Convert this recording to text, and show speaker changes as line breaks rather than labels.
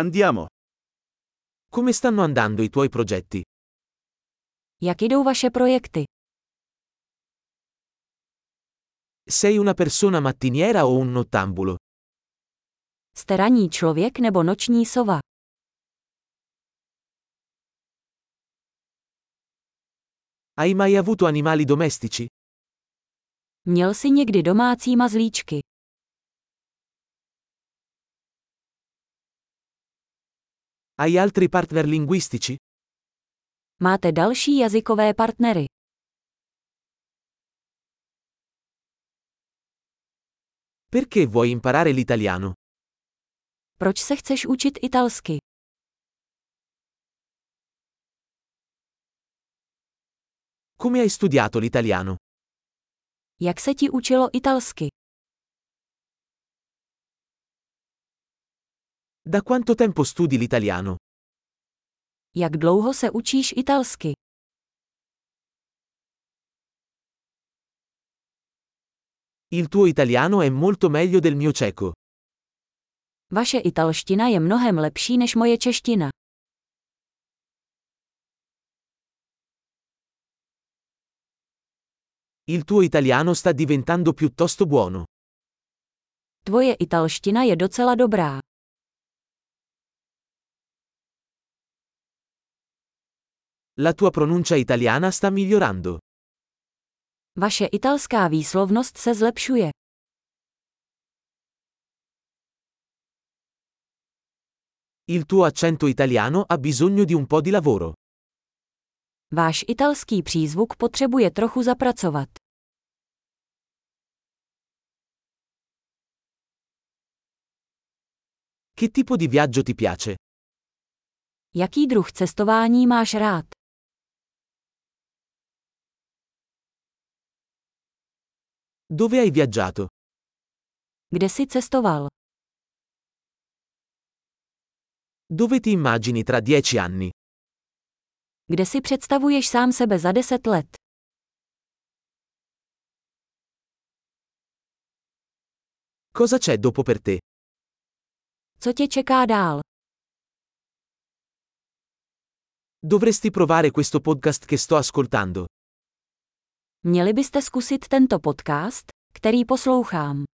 Andiamo.
Come stanno andando i tuoi progetti?
Jak jdou vaše projekty?
Sei una persona mattiniera o un nottambulo?
Jste ranní člověk nebo noční sova?
Hai mai avuto animali domestici?
Měl jsi někdy domácí mazlíčky?
Hai altri partner linguistici?
Máte další jazykové partnery?
Perché vuoi imparare l'italiano?
Proč se chceš učit italsky?
Come hai studiato l'italiano?
Jak se ti učilo italsky?
Da quanto tempo studi l'italiano?
Jak dlouho se učíš italsky?
Il tuo italiano è molto meglio del mio ceco.
Vaše italština je mnohem lepší než moje čeština.
Il tuo italiano sta diventando piuttosto buono.
Tvoje italština je docela dobrá.
La tua pronuncia italiana sta migliorando.
Vaše italská výslovnost se zlepšuje.
Il tuo accento italiano ha bisogno di un po' di lavoro.
Váš italský přízvuk potřebuje trochu zapracovat.
Che tipo di viaggio ti piace?
Jaký druh cestování máš rád?
Dove hai viaggiato?
Kde jsi cestoval?
Dove ti immagini tra dieci anni?
Kde si představuješ sám sebe za deset let?
Cosa c'è dopo per te?
Co tě čeká dál?
Dovresti provare questo podcast che sto ascoltando.
Měli byste zkusit tento podcast, který poslouchám.